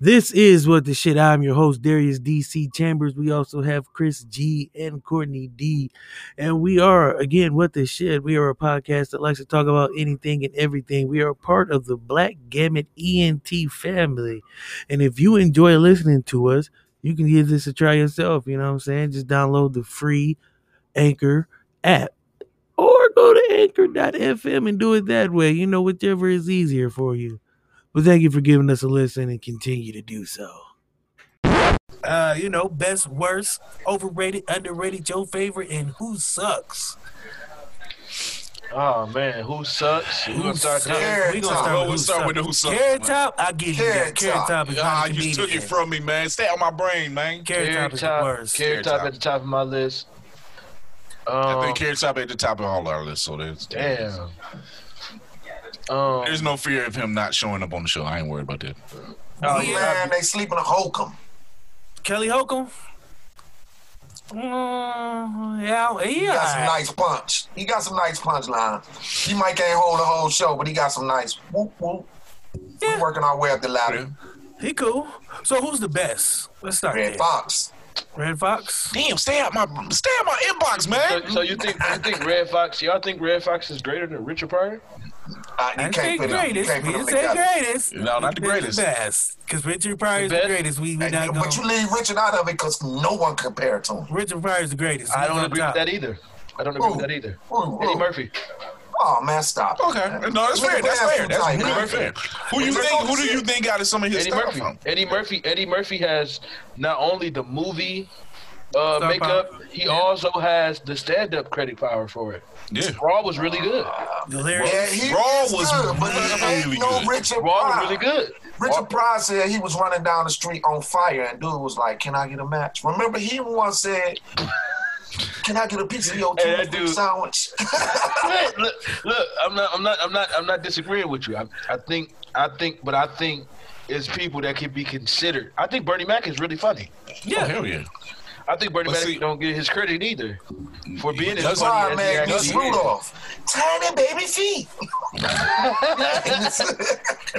This is what the shit. I'm your host, Darius DC Chambers. We also have Chris G and Courtney D. And we are, again, what the shit. We are a podcast that likes to talk about anything and everything. We are a part of the Black Gamut ENT family. And if you enjoy listening to us, you can give this a try yourself. You know what I'm saying? Just download the free Anchor app or go to anchor.fm and do it that way. You know, whichever is easier for you. But thank you for giving us a listen and continue to do so. Uh, you know, best, worst, overrated, underrated, your favorite, and who sucks. Oh man, who sucks? We're gonna start sucks? there. We Top. gonna start Oh, with we'll who start with sucks. who sucks, Carrot man. Top, I give you Carrot that. Carrot Top is Ah, not a you took comedian. it from me, man. Stay on my brain, man. Carrot Top Carrot is the top, worst. carrot top at the top of my list. I Um, think Carrot Top at the top of all our lists, so there's damn. Um, There's no fear of him not showing up on the show. I ain't worried about that. oh, Oh, yeah, man, they sleeping a hokum. Kelly Holcomb. Mm, yeah, he He got some alright. nice punch. He got some nice punch lines. He might can't hold the whole show, but he got some nice whoop whoop. Yeah. We're working our way up the ladder. He cool. So who's the best? Let's start Red there. Fox. Red Fox. Damn, stay out my stay out my inbox, man. so, so you think you think Red Fox? Y'all think Red Fox is greater than Richard Pryor? Uh, you I can't say put him. You greatest. can't We put him didn't say together. greatest. No, not the We said greatest. best. Because Richard Pryor is The the best? greatest. We, we Hey, not But you going. leave Richard out of it because no one compared to him. Richard Pryor is the greatest. I He's don't on agree top. with that either. I don't agree with Ooh. that either. Ooh, Eddie ooh. Murphy. Oh man, stop. Okay, no, that's fair. That's fair. That's really fair. Who you think? Who do you think got some of his Eddie stuff Murphy. from? Eddie Murphy. Eddie Murphy has not only the movie uh, Star makeup, power. he also has the stand-up credit power for it. Yeah, Raw was really good. The lyrics. Yeah, he Raw is was good, but he really ain't no good. Richard Raw was Pryor. really good. Raw- Richard Pryor said he was running down the street on fire, and dude was like, "Can I get a match?" Remember, he once said, "Can I get a piece of your Hey, that tuna dude- sandwich?" Hey, look, look, I'm not, I'm not, I'm not, I'm not disagreeing with you. I, I think, I think, but I think it's people that can be considered. I think Bernie Mac is really funny. yeah, Oh, hell yeah. I think Bernie But Mac see- don't get his credit either for being as That's funny as he Fire man, actually Gus is. Rudolph, tiny baby feet.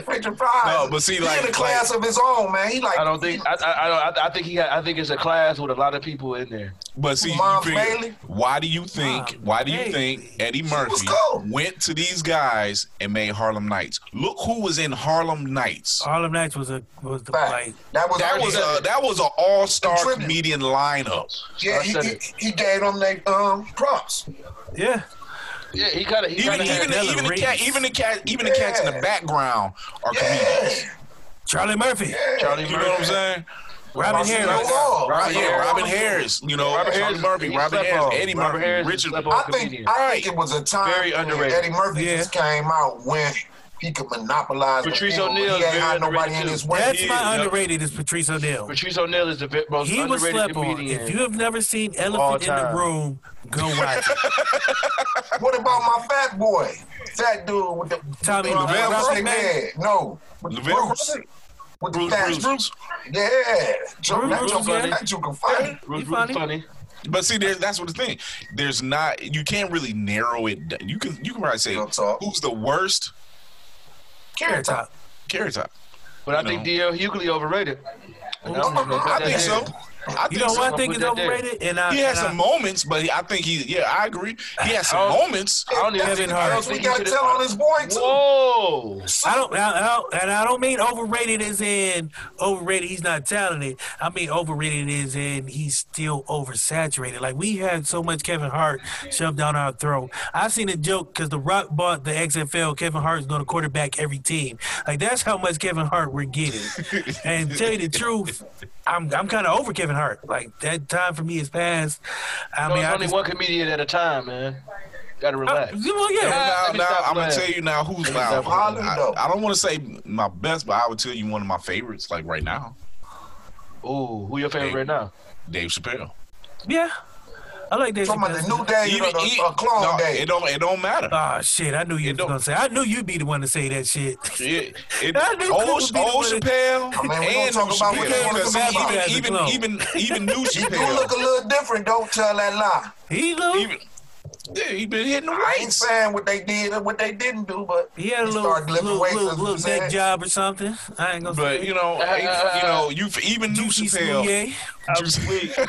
Richard Pryor, No, but see, he like- in a class of his own, man. He like, I don't think I, I, I don't I, I think he had, I think it's a class with a lot of people in there. But see, you Mom figure, Bailey? why do you think? Mom Why do you Bailey. think Eddie was Murphy cool. went to these guys and made Harlem Nights? Look who was in Harlem Nights. Harlem Nights was a was the fact. like that was That was a that was an all star Contributed. comedian lineup. yeah. He, I said he, it. he gave them they um props. yeah. Yeah, he kind of he Even kind of even the, Della even the Reese. cat even the cat even the cats in the Yeah. background are Yeah, comedians. Charlie Murphy, Charlie You know what I'm saying? Robin Marcelo Harris. Wall. Robin, yeah, Harris. Robin Harris, you know, Robert Charlie Harris, Murphy, he Robin slept Harris, on. Eddie Robert Murphy, Harris is Richard. slept on I comedian. think I think it was a time Very when underrated. Eddie Murphy Yeah. just came out when he could monopolize. the Patrice field, but O'Neal He is ain't very had nobody underrated, in his too. way. That's Yeah, my yeah. underrated is Patrice O'Neill. Patrice O'Neal is the ve- most He was underrated slept on. comedian. If you have never seen Elephant in the time. Room, go watch it. What about my fat boy? Fat dude with the Tommy uh, Lavelle Bruce Crockett? McNair. No, with the Lavelle Bruce. Crockett? With the Bruce, fat. Bruce, Bruce. Yeah, Joe, Bruce, that Bruce, joke, yeah. that joke can find. Bruce, He Bruce funny. is funny. But see, there, that's what the thing. There's not you can't really narrow it. down. You can you can probably say Real talk. who's the worst Carrot Top. carrot top. But I You think know. DL Hughley overrated. And I'm gonna put I that think there. so. I You think know so. what I I'll think put is that there. overrated, and I He had and some I, moments, but he- I think he yeah I agree. He had Oh. some I don't- moments. I don't even Kevin think- I Hart. don't We think he gotta should've- tell on his boy too. Whoa! I don't, I, I don't- and I don't mean overrated as in overrated. He's not talented. I mean overrated as in he's still oversaturated. Like we had so much Kevin Hart shoved down our throat. I seen a joke because The Rock bought the XFL. Kevin Hart's going to quarterback every team. Like that's how much Kevin Hart we're getting. and tell you the truth, I'm I'm kind of over Kevin Hart. Like that time for me is past. I No, mean, it's I only just, one comedian at a time, man. Gotta relax. well, yeah. Now, let me now, stop I'm gonna playing. tell you now who's my. stop playing. I, I don't want to say my best, but I would tell you one of my favorites, like right now, Ooh, who your favorite Hey. right now? Dave Chappelle. Yeah. I like that. From the new day, you know, the Even- uh, clone no, day. it don't. It don't matter. Oh shit! I knew you It was don't- gonna say. I knew you'd be the one to say that shit. It, it, I knew Cooper old would be the old one to- Chappelle Oh, man, we gonna and talk new about what Chappelle. they wanna Because talk about as a even clone. even even even new You do look a Chappelle. little different. Don't tell that lie. He look. Even Yeah, he been hitting the I ain't weights. saying what they did and what they didn't do, but He had a He little, started lifting little, weights little, as a little deck percentage. job or something. I ain't gonna But say you know, Uh, you know, you even knew Juicy Chappelle. Smoothie,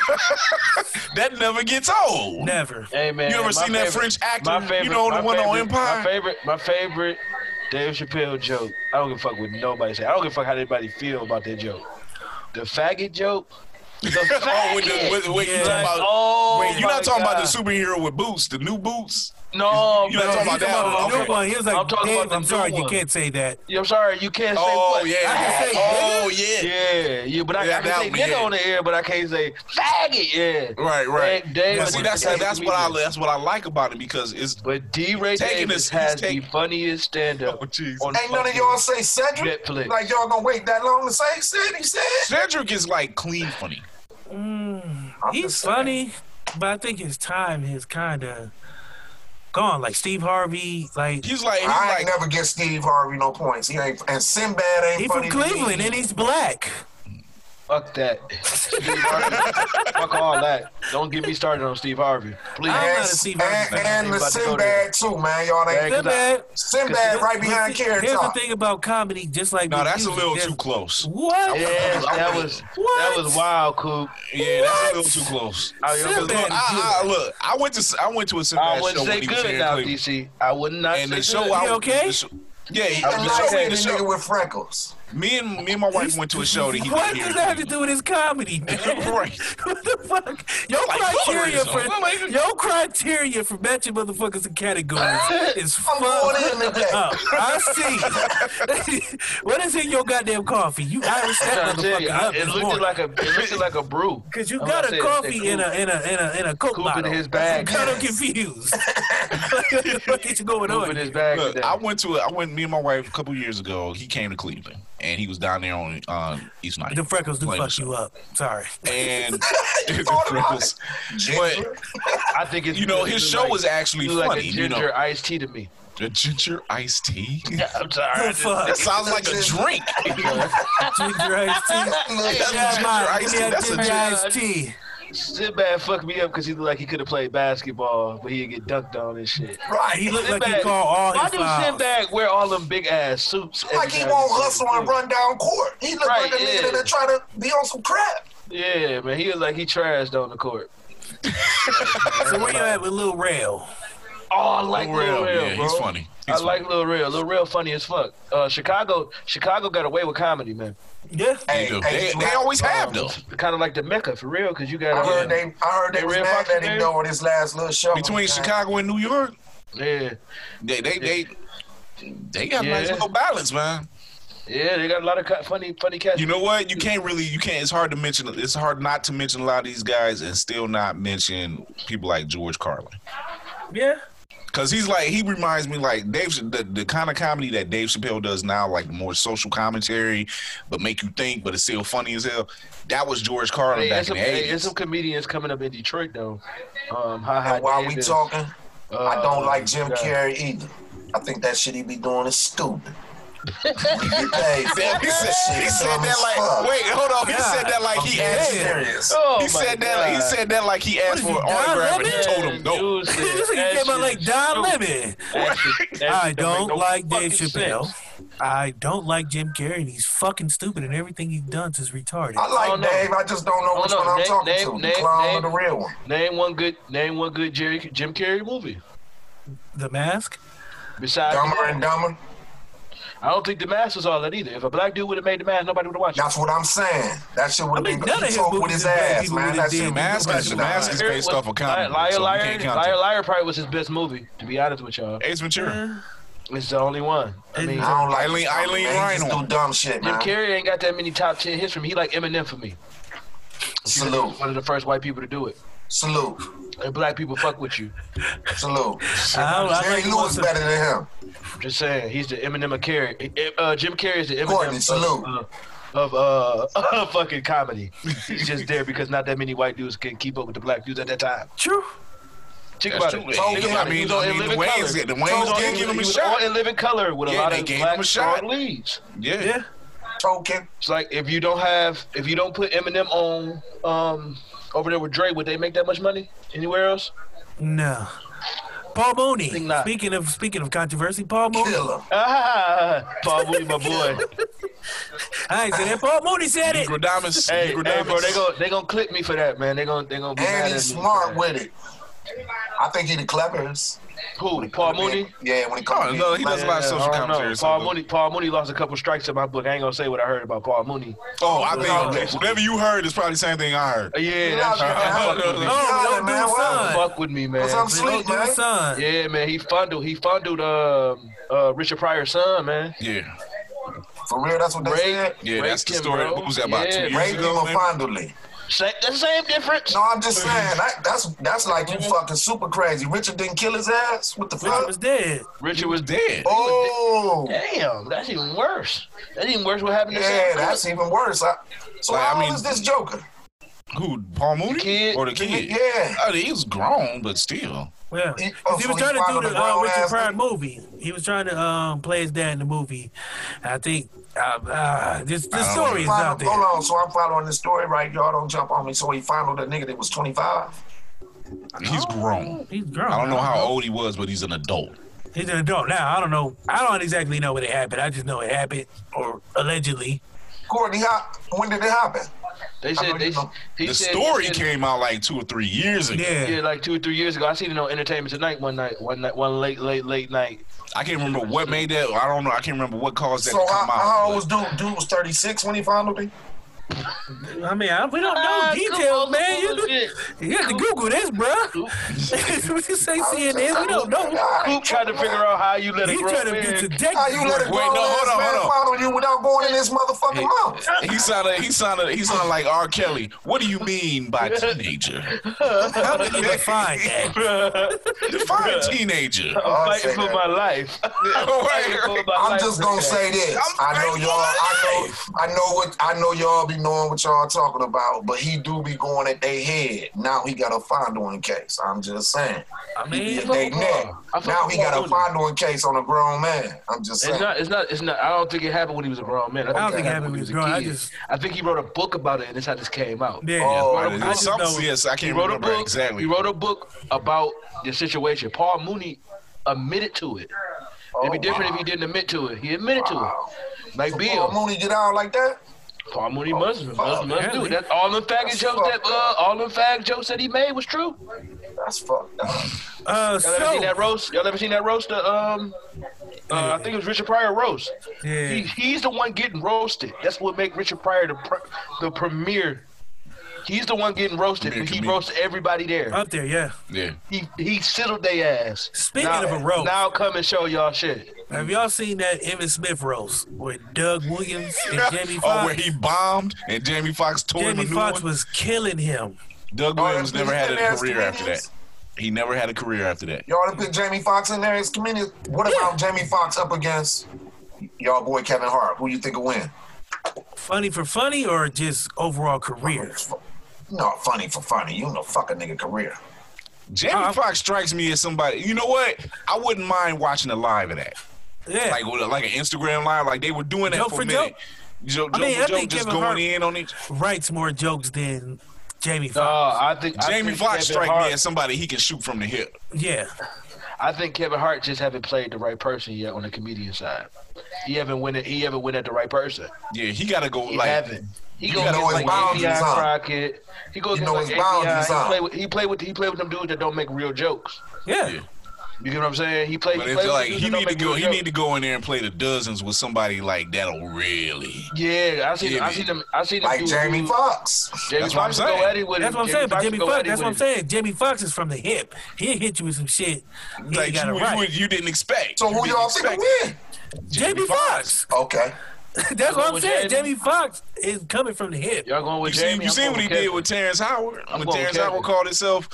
that never gets old. never. Hey man, You ever my seen that favorite- French actor? My favorite, you know the my one on favorite- Empire. My favorite, my favorite Dave Chappelle joke. I don't give a fuck what nobody say. I don't give a fuck how anybody feel about that joke. The faggot joke. The oh, with the, faggot. with, wait, Yeah. you talking about, oh, wait, you're my not talking about God. the superhero with boots, the new boots. No, you're not man, talking about you that talking one. No, about- no, no, he was like, I'm talking "Dave, about the I'm sorry, new you one." can't say that. Yeah, I'm sorry, you can't say Oh what. yeah. I can say oh yeah. Yeah, yeah, but I, Yeah, I that can say one, nigga yeah. on the air, but I can't say faggot. Yeah, Right, right. Dave- Dave But was see, the that's best that's what I comedian. that's what I like about it because it's but D. Ray Taking Davis this- he's has the taking- funniest stand up Oh, jeez. on ain't none of fucking y'all say Cedric. Netflix. Like y'all gonna wait that long to say said he said. Cedric is like clean funny. Mm, I'm he's just saying. funny, but I think his time has kind of gone. Like Steve Harvey, like He's like he's I like ain't never get Steve Harvey no points. He ain't and Sinbad ain't he from funny. to me. Cleveland and he's black. Fuck that. Steve Harvey. Fuck all that. Don't get me started on Steve Harvey. Please. I'm And, not a Steve Harvey and, fan. and He the about to go there. Sinbad too, man. Y'all ain't Yeah, 'cause I- Sinbad- Sinbad right behind but see, Carrot Here's Top. the thing about comedy, just like no, with that's a music, little there's- too close. What? Yeah, that was What? that was wild, Coop. Yeah, that's a little What? too close. I, you know, 'cause Sinbad. look, Look, I, I, look, I went to I went to a I Sinbad show wouldn't say when he was here good in now, Cleveland. DC. I would not And say the show good. I You okay? the show- yeah, he, I'm And the just like show, saying, that the nigga show, with freckles. me and me and my wife went to a show that he What did here. does that have to do with his comedy, man? Right. what the fuck? Your Like criteria colorism. I'm for like- your criteria for matching motherfuckers in categories is I'm going in fucked today. up. I see. what is in your goddamn coffee? You Irish I'm that trying to tell motherfucker you, up it this looked morning. like a it looked like a brew. Cause you I'm got not a saying coffee that in a in a in a in a coke Coop in bottle. his bag. I'm kind of confused. what the fuck is going Coop on? in his here? bag Look, today. I went to a, I went me and my wife a couple years ago. He came to Cleveland and he was down there on uh, East Night. The freckles do Playing the fuck show. you up. Sorry. And You the thought about freckles. But I think it's you know his it's show like- was actually it's like a funny. You ginger know, iced tea to me. the ginger iced tea. Yeah, I'm sorry. I The just- fuck? That sounds like a drink. Ginger iced tea. That's Yeah, ginger man. iced tea. Yeah, That's a ginger ginger- iced tea. Sinbad fucked me up because he looked like he could have played basketball, but he'd get dunked on and shit. Right. He He looked like he Sinbad- called all Why his do fouls. Sinbad wear all them big ass suits? every like he time won't plays? hustle and run down court. He looked Right, like a nigga yeah. that try to be on some crap. Yeah, man, he was like he trashed on the court. So where you at with Lil Rail? Oh, I like Lil Lil Rel, Rel, yeah, bro. he's funny. He's I like Lil Rel. Lil Rel funny as fuck. Uh, Chicago, Chicago got away with comedy, man. Yeah. Hey, They, do. hey, They- they always have Um, though. Kind of like the mecca for real, because you got. I heard they, I heard they They was red mad boxing at him game? though on his last little show. Between man. Chicago and New York, Yeah, they they they they got a nice Yeah. little balance, man. yeah, they got a lot of co- funny, funny cats. You know what? You can't really. You can't. It's hard to mention. It's hard not to mention a lot of these guys and still not mention people like George Carlin. Yeah. Cause he's like he reminds me like Dave the, the kind of comedy that Dave Chappelle does now, like the more social commentary, but make you think, but it's still funny as hell. That was George Carlin Hey, back there's, in some, the hey, there's eighties. some comedians coming up in Detroit though. Um, hi, hi, And while we Davis. talking, Uh, I don't like Jim yeah. Carrey either. I think that shit he be doing is stupid. We get paid for He this said, shit, he said dumb that as fuck. like wait, hold on. He said that like he Dead asked. serious. Oh He my said that like, he God. said that like he asked is for he, an Don autograph and Lemon? he told him no. Dude, said this that nigga came shit out like is Don stupid. Lemon. That shit- that I shit make don't no like Dave fucking Chappelle. sense. I don't like Jim Carrey. and He's fucking stupid, and everything he's done is retarded. I like Oh, no. Dave. I just don't know Oh, which no. one I'm Name- talking name- to. name- the clown name. or the real one? Name one good, name one good Jerry, Jim Carrey movie. the mask. Besides, Dumber and Dumber. I don't think The Mask was all that either. If a black dude would have made The Mask, nobody would have watched it. That's what I'm saying. That shit I would mean, have none of been his he talked with movies his is bad. ass, People man. really That did shit what Mask they is- did. was Mask is- based off a comic book, Liar, so we Liar, can't count Liar, it. Liar probably was his best movie, to be honest with y'all. Ace Ventura. It's the only one. I mean, I don't like Eileen- Jim Carrey, Eileen man. He just Reinhold. do dumb shit, Jim man. Carrey ain't got that many top 10 hits from me. He like Eminem for me. Salute, One of the first white people to do it. salute, And black people fuck with you. salute. I don't- I like Jerry the Lewis ones that- better than him. Just saying, he's the Eminem of Carrey. Uh, Jim Carrey is the Eminem Gordon, of, salute. uh, of uh, fucking comedy. He's just there because not that many white dudes can keep up with the black dudes at that time. True. Think That's about true. it. So, Think yeah, about I it. He mean, was on I mean, In the Living Wayans Color. get- the He Wayans was on did In- give him a he was shot. on In Living Color with a Yeah, lot they of gave him black a shot. strong leads. Yeah. Yeah. Token. It's like if you don't have, if you don't put Eminem on um over there with Dre, would they make that much money anywhere else? No. Paul Think Mooney. not. Speaking of speaking of controversy, Paul Mooney. Kill him. Ah, Paul Mooney, my boy. I ain't said that. Paul Mooney said it. Nicodemus. hey, hey, Nicodemus. bro, they gonna they gonna clip me for that, man. They gonna they gonna be mad And at me he's for smart that. with it. I think he the cleverest. Who? Paul Mooney. Yeah, when it Oh, comes no, to he he does a lot of Yeah, social I don't know. commentary. so- Paul Mooney, Paul Mooney lost a couple strikes in my book. I ain't gonna say what I heard about Paul Mooney. Oh, I think whatever you heard is probably the same thing I heard. Uh, Yeah, Yeah, that's man. fuck with me. No, don't do man, it, why? son. Fuck with me, man. Cause I'm Don't sleep, do it, man. son. Yeah, man. He fundled. He fundled um, uh, Richard Pryor's son, man. Yeah, For real, that's what they Ray- said. yeah, that's the him, story. bro. What was that about Yeah, two years Raped him ago? maybe? fondly. Same, the same difference. No, I'm just saying that, that's that's like you fucking super crazy. Richard didn't kill his ass. What the Richard fuck? was dead. Richard was dead. Dead. oh, Damn, that's even worse. That's even worse. What happened to yeah, Sam that's even worse. I, so Like, I how old mean- is this Joker? Who? Paul Mooney kid. or the kid? Yeah. Oh, he was grown, but still. Yeah. He- 'Cause he was oh, so trying to he's do finding the a uh, grown Richard ass Pryor nigga. movie. He was trying to um, play his dad in the movie. I think uh, uh, this the don't story is Final- out there. Hold on, so I'm following this story right. Y'all don't jump on me. So he found out a nigga that was 25. He's grown. He's grown. I don't know how old he was, but he's an adult. He's an adult now. I don't know. I don't exactly know what it happened. I just know it happened, or allegedly. Courtney, how, when did it happen? They I know said they. you know. He the said, story he said, came out like two or three years ago. Yeah. Yeah, like two or three years ago. I seen it on Entertainment Tonight one night, one night, one late, late, late night. I can't remember what made that. I don't know. I can't remember what caused that So to how, come out. how but- old was dude? Dude was 36 when he found out. he- I mean, I, we don't know Ah, details, come man. on, You, shit. you have to Google this, bruh. what you say, CNN? We don't know. God, Coop tried to figure out how you let it He grow. trying to get to deck. How you let a Wait, grown no, hold ass on, man hold on. follow you without going in his motherfucking mouth? He sounded. He sounded. He sounded like R. Kelly. What do you mean by teenager? How did You find that. define teenager? I'm I'll fighting say for that. my life. I'm fighting for Right. my Oh, I'm life just for gonna that. say this. I'm i know fighting y'all. I know. I know what. I know y'all be knowing what y'all talking about, but he do be going at their head. Now he got a fondoing case. I'm just saying. I He mean, at their neck. I fuck Now with he got a Paul Mooney. fondoing case on a grown man. I'm just It's saying. not. It's not. It's not. I don't think it happened when he was a grown man. I, don't think it happened when he was a grown. I kid. just- I think he wrote a book about it, and that's how this came out. yeah. Oh, I I just Some- know- yes, I He can't wrote a remember book. exactly. He wrote a book about the situation. Paul Mooney admitted to it. It'd be Oh, different wow. if he didn't admit to it. He admitted Wow. to it. Like Bill, Paul Mooney get out like that? Paul Mooney must, must, must do apparently. it. Oh, That's all them faggot jokes that uh, all them fag jokes that he made was true. That's fucked up. Uh, Y'all ever seen that so, roast? Y'all ever seen that roast? The, um, uh, I think it was Richard Pryor roast. He, yeah. he's the one getting roasted. That's what make Richard Pryor the pr- the premier. He's the one getting roasted. Premier and He comedian. roasted everybody there. Up there, yeah. yeah. He he sizzled their ass. Speaking now, of a roast. now come and show y'all shit. Have y'all seen that Emmett Smith roast with Doug Williams and Jamie Oh, where Foxx? he bombed and Jamie Foxx tore him a Jamie new Foxx one. was killing him. Doug Oh, Williams that's never had a because career they're after that. comedians. He never had a career after that. Y'all done put Jamie Foxx in there as comedian. What about Jamie Foxx up against y'all boy Kevin Hart? Who you think will win? Funny for funny or just overall career? No, funny for funny. You know, fuck a nigga career. Jamie Uh-huh. Foxx strikes me as somebody. You know what? I wouldn't mind watching a live of that, Yeah. like with a- like an Instagram live, like they were doing that Joke for, for a minute. joke. Joke, joke, I mean, for I joke, think just Kevin going Hart- in on each. writes more jokes than Jamie No, Foxx. Uh, I think I Jamie think Foxx Kevin strike Hart- me as somebody he can shoot from the hip. yeah. I think Kevin Hart just haven't played the right person yet on the comedian side. He haven't went. At, he haven't went at the right person. Yeah, he gotta go He like haven't. He you goes gotta know against his like boundaries ABI up. Crockett. He goes You against know like his boundaries ABI. He up. play, with, he play with. He play with them dudes that don't make real jokes. Yeah. Yeah. You get what I'm saying? He played. But He it's played like with he dudes that need to don't go. make He real need jokes. to go in there and play the dozens with somebody like that'll really. Yeah, I seen. Yeah, I seen man. them. I seen them. Like do- Jamie Fox. Jamie That's what I'm Foxx go saying. at it with That's him. what I'm saying. But Foxx Jamie go Foxx, at it that's what I'm with him. saying. Jamie Foxx is from the hip. He'll hit you with some shit. that Like you you, gotta you, write. you didn't expect. So You who didn't y'all think expect. will win? Jamie Foxx. Okay. That's what I'm with saying. Jamie. Jamie Foxx is coming from the hip. Y'all going You with seen, Jamie? you I'm seen going what he Kevin. did with Terrence Howard? I'm when going Terrence with Howard Kevin. called himself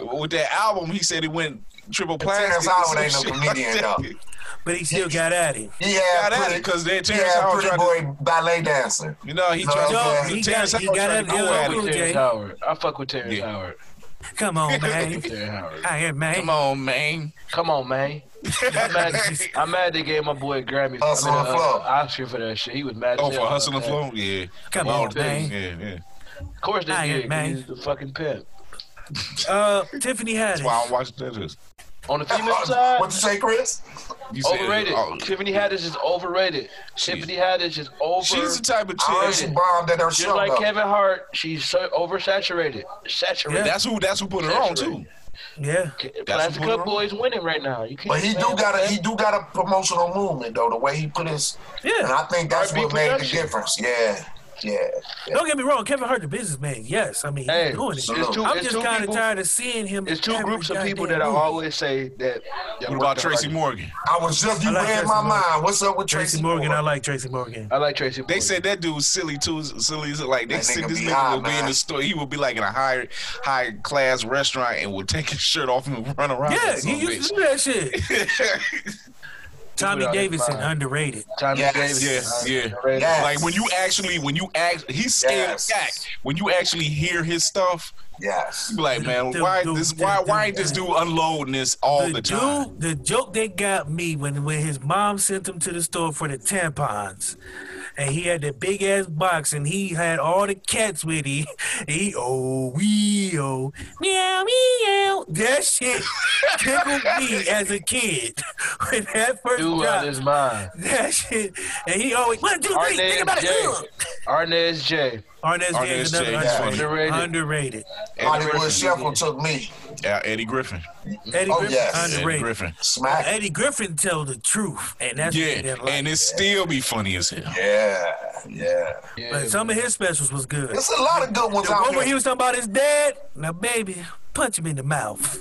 with that album, he said he went triple plastic. Terrence or Howard some ain't no shit comedian, like though. that. But he still got at him. He Yeah, had that pretty, because they he Terrence had Howard pretty tried to, boy ballet dancer. you know, he No, tried Yo, to, he Terrence got- he Howard got tried at to go him. I at fuck with him. Jay. Terrence Howard. I fuck with Terrence Yeah. Howard. Come on, I fuck man. with Terrence Howard. I am man. Come on, man. Come on, man. I'm mad, I'm mad they gave my boy a Grammy for Hustle I mean, and uh, Flow. Oscar for that shit. He was mad. as Oh, hell for Hustle and about Flow? Yeah. Come All on, the man. things. Yeah, yeah. that. Of course they Iron did. 'cause Man. He's the fucking pimp. Uh, Tiffany That's why I Haddish. don't watch that. On On the female side, what Uh, you say, Chris? You said- overrated. oh, Tiffany Haddish is overrated. Tiffany Haddish is over. she's the type of I heard she chick. bombed at her just show. like though. Kevin Hart, she's so oversaturated. Saturated. That's who. That's who put her on too. Yeah. That's Plastic what Cup Boy is winning right now. You can't But he say do that. got a he do got a promotional movement though. The way he put his, and Yeah. I think that's R&B what made the production. difference. Yeah, yeah. Don't get me wrong, Kevin Hart, the businessman. Yes, I mean Hey, he's doing it's it. two, I'm it's just two kind of people- tired of seeing him. It's in two every groups of people goddamn that I movie. always say that. that What work about out Tracy like- Morgan? I was just you I like read Tracy my Morgan. mind. What's up with Tracy Morgan. I like Tracy Morgan. I like Tracy. They Morgan. said that dude was silly too. Silly, like they That said nigga this be nigga high, would be in the man. store. He would be like in a high, high class restaurant and would take his shirt off and run around. Yeah, like some he used to do that shit. bitch. Tommy out there Davidson, fine. underrated. Tommy Yes, Davis. yes, uh, yeah. Ray- Yes. like when you actually, when you act, he's scared Yes. back. When you actually hear his stuff, Yes. you be like, man, Dude, why dude, this? dude, Why, dude, why ain't this dude unloading this all the, the time? dude, the joke they got me when when his mom sent him to the store for the tampons, and he had that big ass box, and he had all the cats with him. He oh wee oh meow meow. That shit tickled me as a kid when that first Dude out dropped. his mind. That shit, and he always one two three. Think Arnez about it. J. Ugh. Arnez J. Arnez J Arnez is J, another that's underrated. right. Underrated. Eddie Hollywood Griffin. Shuffle took me. Yeah, Eddie Griffin. Eddie Oh, Griffin, yes. Eddie Eddie underrated. Griffin. Smack. Eddie Griffin tell the truth, and that's the thing Yeah, that like- and it still be funny as hell. Yeah, yeah. Yeah. But some of his specials was good. There's a lot of good ones The out one where he there. was talking about his dad, now baby, punch him in the mouth.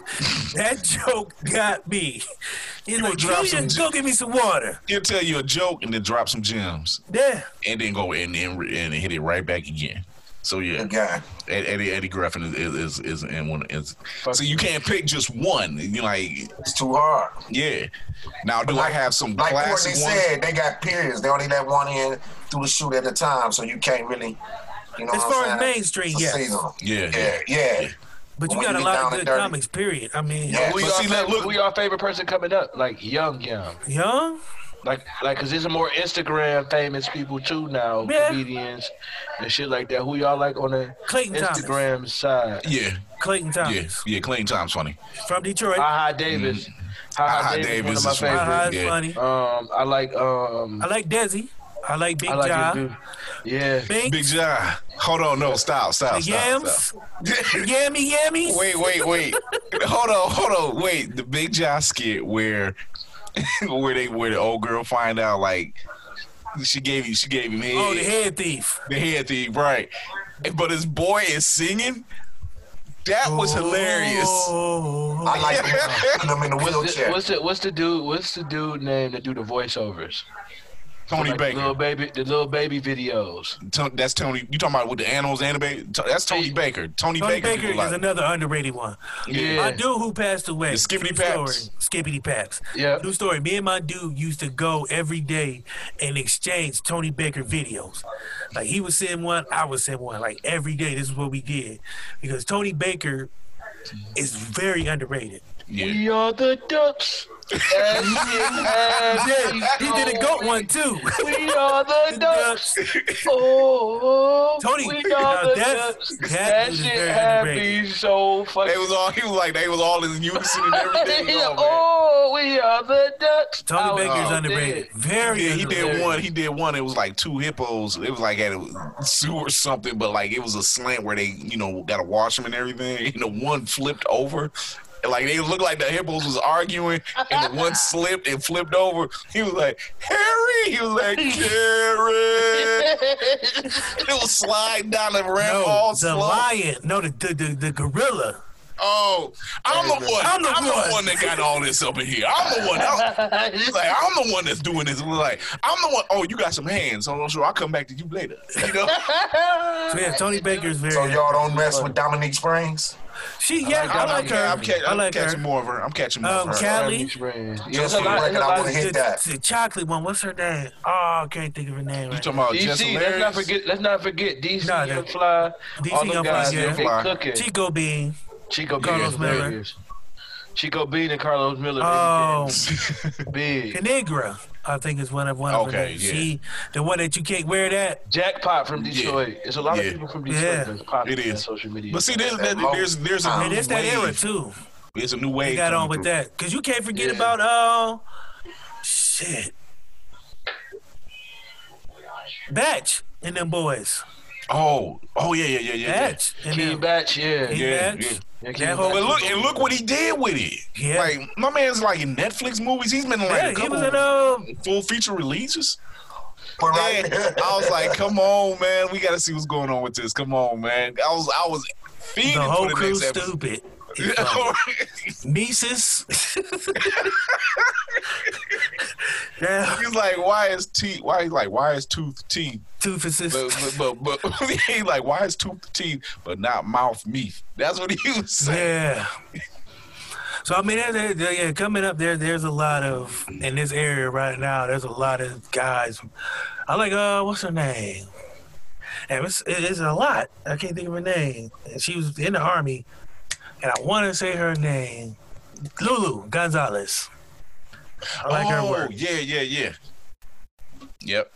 that joke got me. He's You like, drop "Keisha, some- go get me some water. He'll tell you a joke and then drop some gems. Yeah. and then go and and, and hit it right back again. So yeah, Again, Ed- Eddie Eddie Griffin is is is, is in one is. Fuck So you can't pick just one. You like it's too hard. yeah. Now do I have some Like classic Courtney ones? said, they got periods. They only let one in through the shoot at a time, so you can't really. You know As what far I'm as saying? mainstream, It's a yes. seasonal. Yeah, yeah, yeah. But you When got a you lot down of and good dirty. comics, period. I mean, Yeah. Who But y'all, see, favorite, look, look- who y'all favorite person coming up? Like Young Young. young. Like, like, cause there's more Instagram famous people too now, Yeah. comedians and shit like that. Who y'all like on the Clayton Thomas. Instagram side? yeah, Clayton yeah, Thomas yeah. Clayton Tom's funny. from Detroit. Ha Ha Davis. Ha Ha Ha Davis Davis, is one one. of my Uh-huh, it's yeah. funny. favorite. Um, I like um, I like Desi. I like Big I like Job. his dude. Yeah, Big, Big John. Hold on, no, stop, the stop, stop. Yams. stop. Yammy Yammies. wait, wait, wait. hold on, hold on, wait. The Big John skit where where they where the old girl find out like she gave you she gave him head. Oh, the head thief. the head thing, right? But his boy is singing. That was hilarious. Oh. I like them, them in the wheelchair. What's the what's the dude? What's the dude name that do the voiceovers? Tony like The little Baker. baby, the little baby videos. Ton- that's Tony. You talking about with the animals and the baby? To- That's Tony Hey. Baker. Tony, Tony Baker. Baker people is like- another underrated one. Yeah. My dude who passed away. It's Skippity true Paps. Story. Skippity Paps. Yeah. True story. Me and my dude used to go every day and exchange Tony Baker videos. Like he would send one, I would send one. Like every day, this is what we did because Tony Baker is very underrated. yeah. We are the ducks. And we have Yeah, he the did a goat one too. We are the ducks. Oh, Tony, we now are the that's- that ducks. That dude is shit very had underrated. me so fucking. They was all. He was like. They was all in unison and everything. oh, oh, we are the ducks. Tony I was Baker is so underrated. dead. man. Very. Yeah, he underrated. did one. He did one. It was like two hippos. It was like at a zoo or something, but like it was a slant where they, you know, got to wash them and everything. And the one flipped over. And like they looked like the hippos was arguing, and the one slipped and flipped over. He was like Harry. He was like Carrie. it was sliding down the ramp No, all the slow. lion. No, the the, the, the gorilla. Oh, I'm the one. I'm the one. that got all this up in here. I'm the one. I'm, He's like, I'm the one that's doing this. We're Like, I'm the one. Oh, you got some hands. I'm sure I'll come back to you later. You know? So yeah, Tony Baker is very. So y'all don't mess funny. with Dominique Springs. She yeah, I that like one. her. I'm, ca- I I'm like catching her. more of her. I'm catching more Um, of her. Cal- Allie? Yeah, it's Just a for the lot- record, it's a I lot want to of- hit that. The chocolate one. What's her name? Oh, I can't think of her name. you Right talking now. about just DC, let's not forget. Let's not forget DC Nah, Young that- Fly. DC all them Young Fly, guys yeah. that they Fly. cooking. Chico Bean. Chico Carlos Bean, Miller. there he is. Chico Bean and Carlos Miller. they Oh, getting big Canigra. I think is one of one of her Okay, names. yeah. She, the one that you can't wear that. jackpot from Detroit. It's a lot Yeah. of people from Yeah. Detroit. that's popular It is. on social media. but see, there's, there's, there's a And new it's that era wave. too. It's a new wave. They got coming on with through. that because you can't forget Yeah. about oh shit, Batch and them boys. Oh, oh yeah, yeah, yeah, yeah. yeah. Batch and King them. Batch, yeah. King yeah, Batch. yeah. Yeah, King That Batch. whole But look, and look what he did with it. Yeah. Like my man's like in Netflix movies. He's been in, like yeah, a he couple was in um full feature releases. But right, Man, I was like, come on, man, we got to see what's going on with this. Come on, man. I was, I was the feeding whole for the crew next episode. stupid. It's funny. Mises. yeah, He's like, why is T? Why he's like, why is tooth teeth? tooth assist. But but but, but he's like, why is tooth teeth, but not mouth meat? That's what he was saying. Yeah. So I mean, there, there, there- yeah, coming up there, there's a lot of in this area right now. There's a lot of guys. I like uh, what's her name? And it's, it- it's a lot. I can't think of her name. And she was in the army, and I want to say her name, Lulu Gonzalez. I like her oh, work. yeah, yeah, yeah. Yep.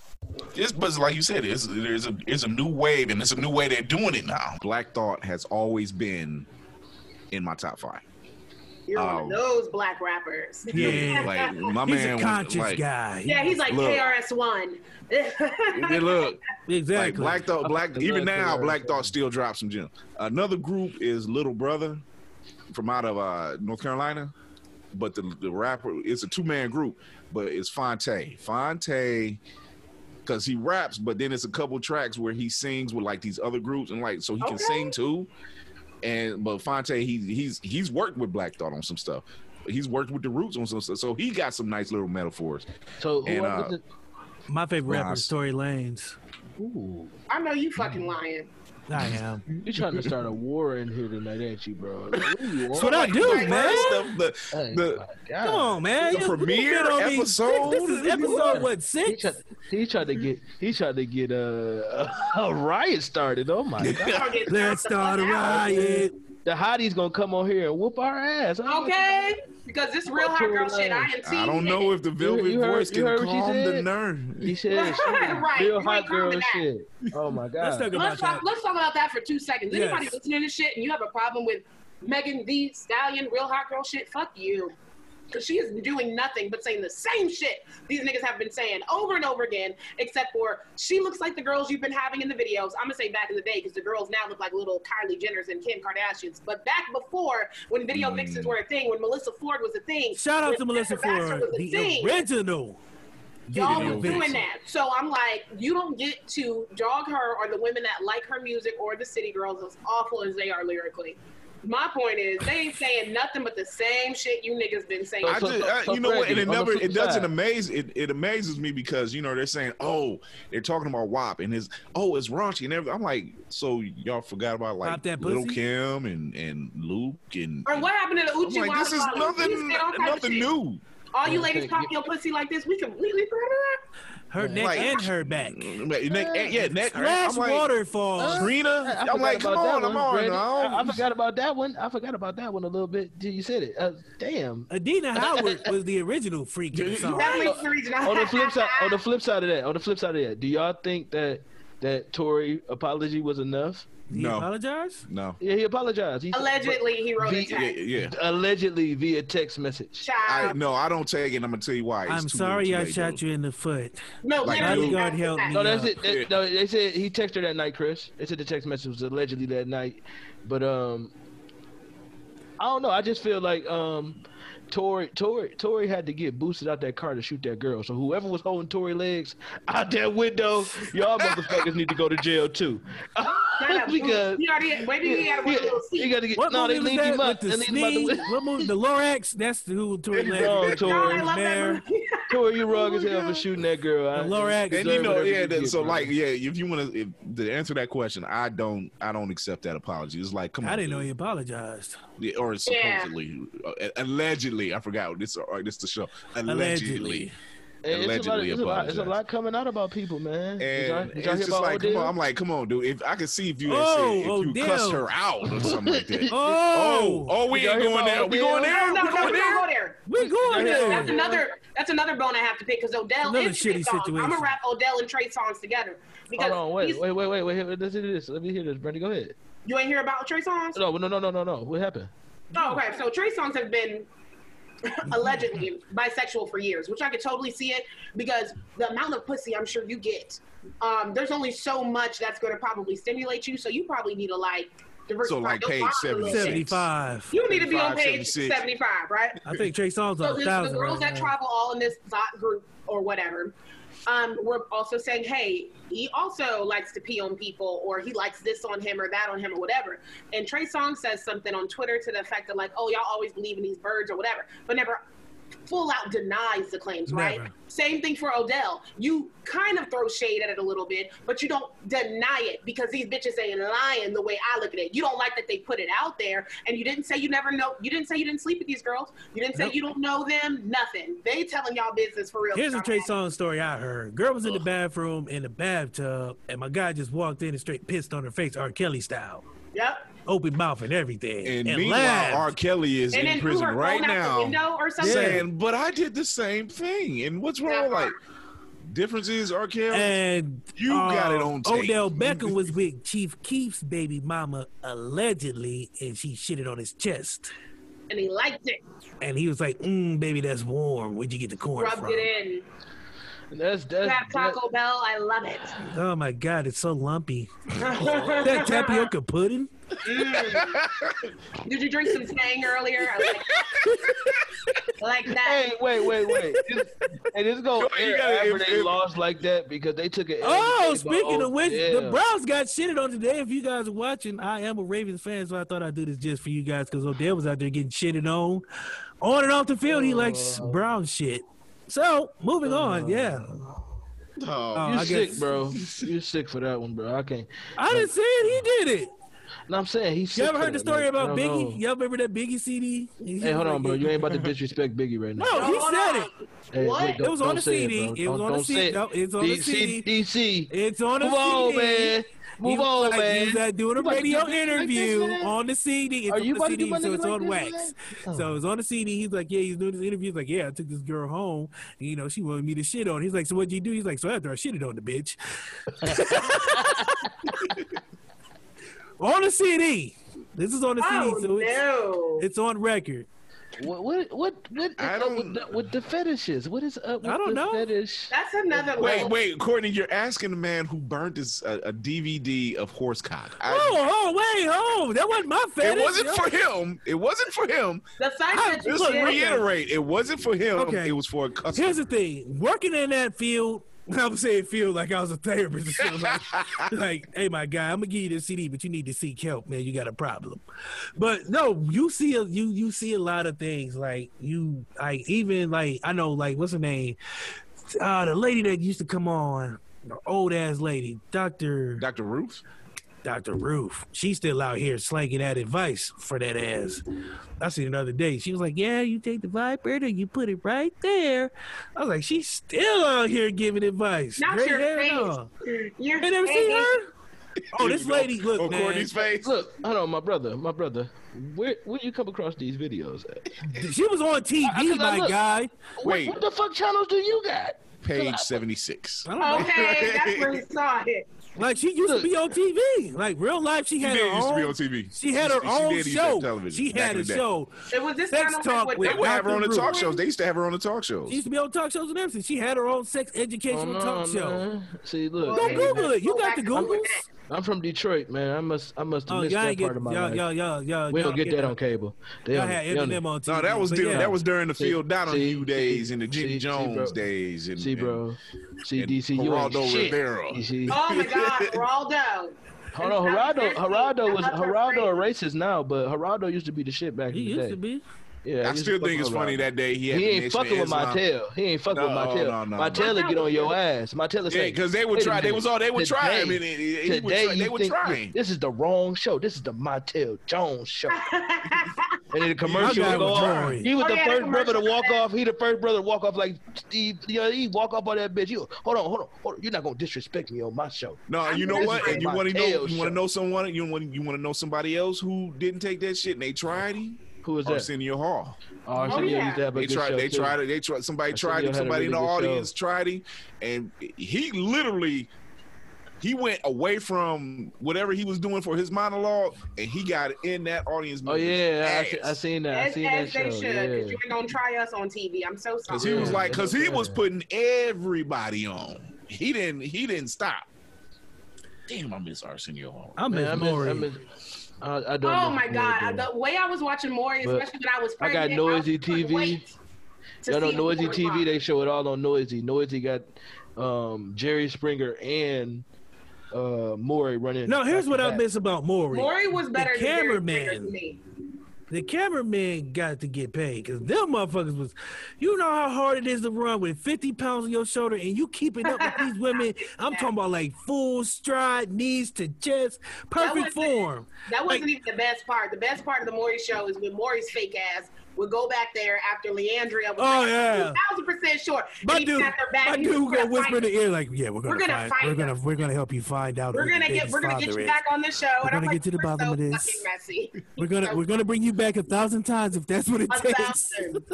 It's, but like you said, it's, there's a it's a new wave, and it's a new way they're doing it now. Black Thought has always been in my top five. You're one Oh. of those black rappers. Yeah. like my He's man, a was, conscious like, guy. Yeah, he's like Look. KRS-One. Yeah, look, like exactly. Black Thought, Black even now, Black Thought still drops some gems. Another group is Little Brother from out of uh, North Carolina, but the the rapper it's a two man group, but it's Fonte, Fonte, because he raps, but then it's a couple tracks where he sings with like these other groups and like so he can Okay. sing too. And but Fonte, he he's he's worked with Black Thought on some stuff. He's worked with the Roots on some stuff, so he got some nice little metaphors. So who And, I uh, listen- My favorite Nah, rapper I- is Tory Lanez. Ooh, I know you fucking lying. I am. you trying to start a war in here tonight, ain't you, bro? Like, what are you That's on? what I do, Like, man. stuff, the- Hey, the- my God. Come on, man. The You- you premiere been on me- episode? This is episode what He six? tried, he tried to get he tried to get uh, a, riot started. Oh my god. Y'all Let's get knocked the fuck start a out. riot. The hotties gonna come on here and whoop our ass. Oh, I'm like, Okay, because this real hot girl shit. I am. I don't know if the velvet you heard- voice you can heard what she calm the said? nerve. He said she was Right, you real ain't hot girl coming back. shit. Oh my Let's talk god. about Let's that. talk, let's talk about that for two seconds. Yes. Anybody listening to this shit and you have a problem with Megan the Stallion, real hot girl shit, fuck you. Because she is doing nothing but saying the same shit these niggas have been saying over and over again, except for she looks like the girls you've been having in the videos. I'm going to say back in the day because the girls now look like little Kylie Jenners and Kim Kardashians. But back before, when video mixes were a thing, when Melissa Ford was a thing, Mm. Shout out when to Melissa Jennifer Baxter Ford, was a the thing, original. y'all video was doing vixen. that. So I'm like, you don't get to dog her or the women that like her music or the city girls as awful as they are lyrically. My point is, they ain't saying nothing but the same shit you niggas been saying. I So- just, so- I, so you know what? And Freddie, it on the never, flip it doesn't side. amaze. It, it amazes me because you know they're saying, oh, they're talking about WAP and it's, oh, it's raunchy and everything. I'm like, so y'all forgot about Pop like that Little pussy? Kim and and Luke and. or what happened to the I'm Uchi like, this is Wazowski? You nothing, said all type of nothing shit. new. All you Yeah, ladies thank pop you. your pussy like this, we completely forgot of Her neck Like- and her back. Like, neck- eh, yeah, neck. Last I'm like, waterfall. Trina. Uh, I I'm like, forgot come about on, that I'm one, on. Brandon. now. I, I forgot about that one. I forgot about that one a little bit. Dude, You said it. Uh, damn. Adina Howard was the original freak in the that. song. That makes the reason I on the flip side, on the flip side of that, on the flip side of that, do y'all think that that Tory apology was enough? He No. apologized? No. Yeah, he apologized. He, Allegedly, he wrote a Yeah, text. Yeah, yeah. allegedly via text message. I, Child. no, I don't take it. I'm gonna tell you why. It's I'm too sorry I little, too late, shot bro. you in the foot. No, Like, literally. bodyguard that's helped the fact. me. No, that's Yeah. it. That- no, they said he texted her that night, Chris. They said the text message was allegedly that night, but um, I don't know. I just feel like um, Tory, Tory, Tory had to get boosted out that car to shoot that girl. So whoever was holding Tory legs out that window, y'all motherfuckers need to go to jail too. Shut up. because He already, maybe he had one Yeah, little he seat. got to get. What No, they movie leaned was him that up. with They the leaned him out the sneeze? window. What movie? The Lorax? That's who Tory It's wrong, Lanez. No, Oh, I Tory. love Mayor. that movie. Tory, you wrong as hell for shooting that girl. I- Lorax. And you deserve know, whatever yeah. you That, get, so bro. like, yeah. If you want to, to answer that question, I don't, I don't accept that apology. It's like, come on. I didn't know he dude. apologized. Yeah, Or Yeah. supposedly, uh, allegedly, I forgot. This, or this the show. Allegedly. Allegedly. Hey, it's a lot, allegedly it's a lot, it's a apologized. lot coming out about people, man. Did y'all- And did y'all it's hear just about like, come Odell? on. I'm like, come on, dude. If I could see if you had Oh, said, if you Odell. cussed her out or something like that. Oh, oh, oh, we Y'all ain't hear going about there. We Odell? going there. No, no, We no, going we don't there. go there. we going Oh! That's there. another that's another bone I have to pick because Odell Another is Trey shitty Songz. I'm situation. gonna wrap Odell and Trey songs together because Hold on, wait, he's- wait, wait, wait, wait. Let's hear this. Let me hear this, Brandon. Go ahead. you ain't hear about Trey songs. No, no, no, no, no, no. What happened? Oh, okay. So Trey Songz has been allegedly bisexual for years, which I could totally see it because the amount of pussy I'm sure you get, um, there's only so much that's going to probably stimulate you. So you probably need to like diversify. So, like, your page bond a little bit. 76. Seventy-five. You need to be on 75, page 76. 75, right? I think Trey Songz So on the, a the thousand. girls right that now. travel all in this Zot group or whatever, um, were also saying, hey, he also likes to pee on people, or he likes this on him, or that on him, or whatever. And Trey Songz says something on Twitter to the effect of like, oh, y'all always believe in these birds or whatever, but never full out denies the claims, right? Never. Same thing for Odell. You kind of throw shade at it a little bit, but you don't deny it because these bitches ain't lying the way I look at it. You don't like that they put it out there, and you didn't say you never know. You didn't say you didn't sleep with these girls. You didn't say Nope. you don't know them. Nothing. They telling y'all business for real. Here's a Trey Sorry. Songz story I heard. Girl was in the bathroom in the bathtub, and my guy just walked in and straight pissed on her face, R. Kelly style, Yep. open mouth and everything, And and, meanwhile, laughed. R. Kelly is And in then threw prison her right phone out the now, window or something. saying, "But I did the same thing." And what's wrong? Like, difference is R. Kelly. and uh, You got it on tape. Odell Beckham was with Chief Keef's baby mama allegedly, and she shitted on his chest, And he liked it. and he was like, mm, "Baby, that's warm. Where'd you get the corn Rubbed from?" it in. That's that's. That Taco Bell, I love it. Oh my God, it's so lumpy. that tapioca pudding. Did you drink some Tang earlier? I like, I like that. Hey, wait, wait, wait. This, hey, this go You air gotta- after if- they if- lost like that because they took E it. Oh, speaking of which, the Browns got shitted on today. If you guys are watching, I am a Ravens fan, so I thought I'd do this just for you guys because Odell was out there getting shitted on, on and off the field. He likes Uh. Brown shit. So moving on, yeah. Oh, Oh, You I sick, guess- bro. You sick for that one, bro. I can't. I didn't say it. He did it. No, I'm saying he's. You sick ever for heard the that, story man. I about don't Biggie? know. Y'all remember that Biggie CD? Hey, hold on, bro. You ain't about to disrespect Biggie right now. No, he Hold said on. it. Hey, What? wait, don't- It was on don't the say CD. bro. It was Don't- on the don't say CD. it. No, it's on the DC, CD. DC. It's on the Move on, CD. man. He Move was on, like- man. He was out doing You a about to radio do this like this, interview man? on the CD. It's Are on you the about to CD, do my so nigga it's like on this, wax. man? So it's on the CD. He's like, yeah, he's doing this interview. He's like, yeah, I took this girl home. And, you know, she wanted me to shit on. her." He's like, so what'd you do? He's like, so after I shitted on the bitch. on the CD. This is on the Oh, CD, so it's, no. it's on record. What what what what is I up with don't- the, with the fetishes? What is up with I don't the know. fetish? That's another wait, level. wait, Courtney, you're asking a man who burned his a, a DVD of horsecock. Oh, I, oh, wait, oh, that wasn't my fetish. it wasn't yo. for him. It wasn't for him. The fact I- that you Just look, did- reiterate, it wasn't for him. Okay. It was for a customer. Here's the thing: working in that field, I would say it feel like I was a therapist. Or something. Like, like, hey, my guy, I'm gonna give you this CD, but you need to seek help, man. You got a problem. But no, you see, a, you you see a lot of things. Like you, like even like I know, like what's her name? Uh, the lady that used to come on, the old ass lady, Doctor Dr. Ruth? Dr. Ruth. She's still out here slanking that advice for that ass. I seen another day. She was like, Yeah, you take the vibrator, you put it right there. I was like, She's still out here giving advice. Not Great your hair and face. all. You're You ain't never seen saying- her? Oh, this Here we go. lady, look, On man. Courtney's face. Look, hold on, my brother, my brother. Where where you come across these videos at? She was on TV, I- 'cause I my look- guy. Wait. What the fuck channels do you got? Page 76. I don't Oh, know. Okay, that's where he saw it. Like she used to be on TV. Like real life, she She had did her used to be own. on TV. She had her she own did used to have show. television She back had in a the day. show. It was this Sex kind of talk with with- They would have her on the Dr. talk Ruth. shows. They used to have her on the talk shows. She used to be on talk shows and everything. She had her own sex educational Oh, talk show. man. See, look, Go Hey, Google it. You go got back the and look Googles. at I'm from Detroit, man. I must I must have Oh, missed y'all that ain't part get of my y'all, life. y'all, y'all, y'all. we y'all don't get that on that. cable. They Y'all only- had they only- Eminem on TV. No, that was but during, yeah. that was during the See, Phil Donahue see, days and the see, Jimmy see, Jones bro. days and, See, bro. See, and DC, you ain't Geraldo shit. Rivera. You see? Oh my God, Geraldo. Hold on, Geraldo. Geraldo was That's her Geraldo a racist now, but Geraldo used to be the shit back He in the used day. to be. Yeah, and I I used to still fuck think it's with Geraldo. funny that day he had He the ain't mention of fucking with Islam. Mattel. He ain't fucking No, with Mattel. no, no, no. Mattel will get on your ass. Mattel will Yeah, say, because they would "Wait a try. They minute. was all they would try. Today- I mean, it, it, he would today try- you they were think trying. this is the wrong show. This is the Montel Jones show. and in the commercial guy would go was off. boring. He was Oh, the yeah, the first brother to commercial walk was bad. off. He the first brother to walk off like Steve. You know, he walk up on that bitch. You hold on, hold on, hold on. You're not gonna disrespect me on my show. No, I'm you know just what? saying And you want to know? Mattel You want show. to know someone? You want you want to know somebody else who didn't take that shit and they tried him? Who is that? Arsenio Hall. Oh, Arsenio yeah. used to have a They good tried. show, They too. tried it. They tried. Somebody Arsenio tried him. had a Somebody in the really good show. audience tried him, and he literally He went away from whatever he was doing for his monologue, and he got in that audience. Oh member's yeah, I, ass. se- I seen that. I As, seen as that they show. should, because yeah. you ain't gonna try us on TV. I'm so sorry. Cause he was Yeah, like, cause he yeah. was putting everybody on. He didn't. He didn't stop. Damn, I miss Arsenio. I miss Man, I miss, Maury. I miss, I, I don't Oh miss my Maury, god! though. The way I was watching Maury, But especially when I was I got pregnant, noisy couldn't TV. wait to Y'all know see Noisy Maury TV, Bob. they show it all on Noisy. Noisy got um, Jerry Springer and uh, Maury running. No, here's what I back. miss about Maury. Maury was better. The than Jerry cameraman. Springer to me. The cameraman got to get paid because them motherfuckers was. You know how hard it is to run with 50 pounds on your shoulder and you keeping up with these women. I'm talking about like full stride, knees to chest, perfect wasn't- form. That wasn't even the best part. The best part of the Maury show is when Maury's fake ass would go back there after Leandria was Oh, like, yeah. thousand percent sure. My And he dude, got her back. my He was dude gonna fight whisper in her. the ear like, "Yeah, we're gonna, We're gonna find, find we're gonna, her. we're gonna help you find out. We're who gonna the get baby's we're gonna get father you is. back on the show. and gonna I'm get like, to the "You're bottom so of this." fucking Messy. We're gonna, So we're gonna bring you back a thousand times if that's what it a takes." thousand.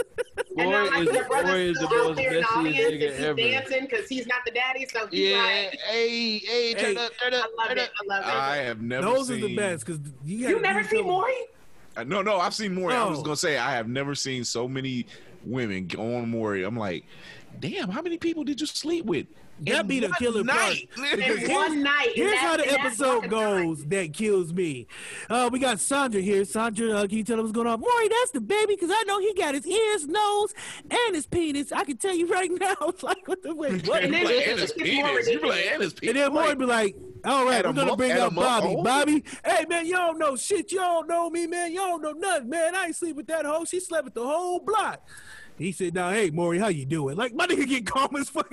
And Maury I'm like, is, your brother's Maury is the still out most there in the messiest audience nigga and he's ever. dancing because he's not the daddy, so he's Yeah, like, hey, hey, turn Hey. up, turn I up, love turn it. up. I love it. I have never. Those are seen, the best because you, gotta you never do see something. Maury? Uh, No, no, I've seen Maury. I was Oh. gonna say I have never seen so many women go on Maury. I'm like, damn, how many people did you sleep with? That in be the one killer part. night? In one night. and Here's that- how the and that's episode fucking time. goes that kills me. Uh, we got Sandra here. Sandra, uh, can you tell us what's going on? Maury, that's the baby because I know he got his ears, nose, and his penis. I can tell you right now. It's like, what the wait, what? and then and like, it's- and his it's more penis. You be like, and his penis. then Maury be like, all right, At a we're going to month- bring at a up month Bobby. old? Bobby, hey, man, you don't know shit. You don't know me, man. You don't know nothing, man. I ain't sleep with that hoe. She slept with the whole block. He said, now, hey, Maury, how you doing? Like, my nigga get calm as fuck.